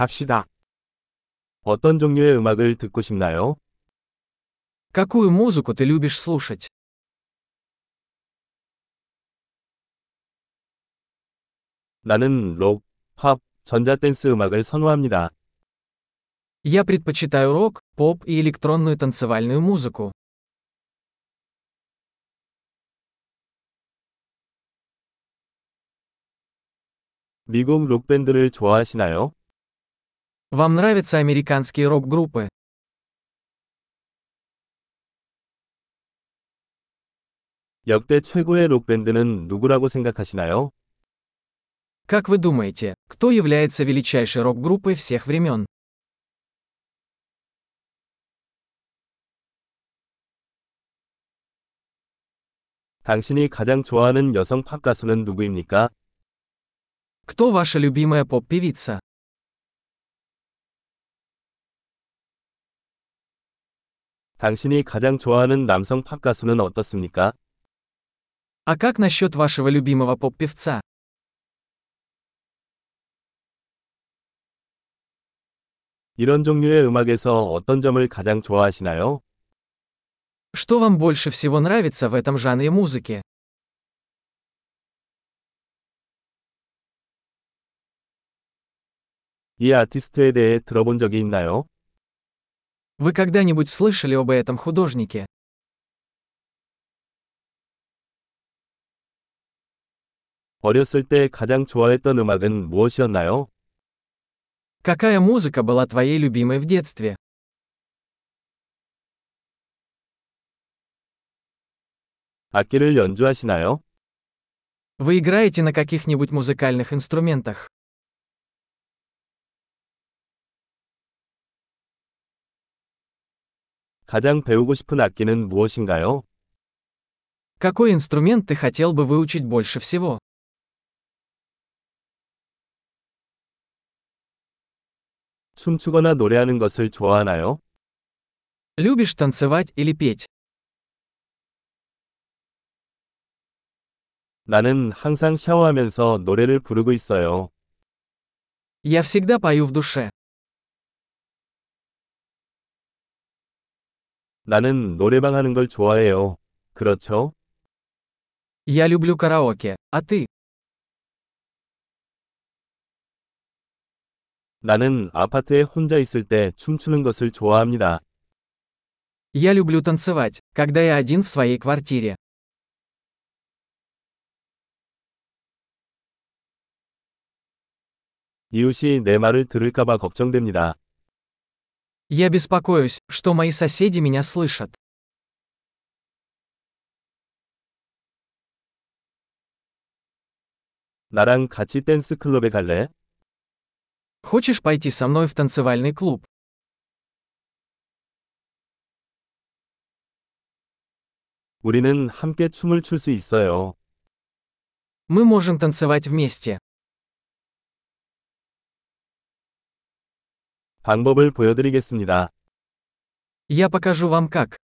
갑시다. 어떤 종류의 음악을 듣고 싶나요? Какую музыку ты любишь слушать? 나는 록, 팝, 전자댄스 음악을 선호합니다. Я предпочитаю рок, поп и электронную танцевальную музыку. 미국 록밴드를 좋아하시나요? Вам нравятся американские рок-группы? 역대 최고의 록밴드는 누구라고 생각하시나요? Как вы думаете, кто является величайшей рок-группой всех времен? 당신이 가장 좋아하는 여성 팝 가수는 누구입니까? Кто ваша любимая поп-певица? 당신이 가장 좋아하는 남성 팝 가수는 어떻습니까? А как насчет вашего любимого поп-певца? 이런 종류의 음악에서 어떤 점을 가장 좋아하시나요? Что вам больше всего нравится в этом жанре музыки? 이 아티스트에 대해 들어본 적이 있나요? Вы когда-нибудь слышали об этом художнике? 어렸을 때 가장 좋아했던 음악은 무엇이었나요? Какая музыка была твоей любимой в детстве? 악기를 연주하시나요? Вы играете на каких-нибудь музыкальных инструментах? 가장 배우고 싶은 악기는 무엇인가요? Какой инструмент ты хотел бы выучить больше всего? 춤추거나 노래하는 것을 좋아하나요? Любишь танцевать или петь? 나는 항상 샤워하면서 노래를 부르고 있어요. Я всегда пою в душе. 나는 노래방 하는 걸 좋아해요. 그렇죠? Я люблю караоке, а ты? 나는 아파트에 혼자 있을 때 춤추는 것을 좋아합니다. Я люблю танцевать, когда я один в своей квартире. 이웃이 내 말을 들을까봐 걱정됩니다. Я беспокоюсь, что мои соседи меня слышат. 나랑 같이 댄스 클럽에 갈래? Хочешь пойти со мной в танцевальный клуб? 우리는 함께 춤을 출 수 있어요. Мы можем танцевать вместе. 방법을 보여드리겠습니다. Я покажу вам как.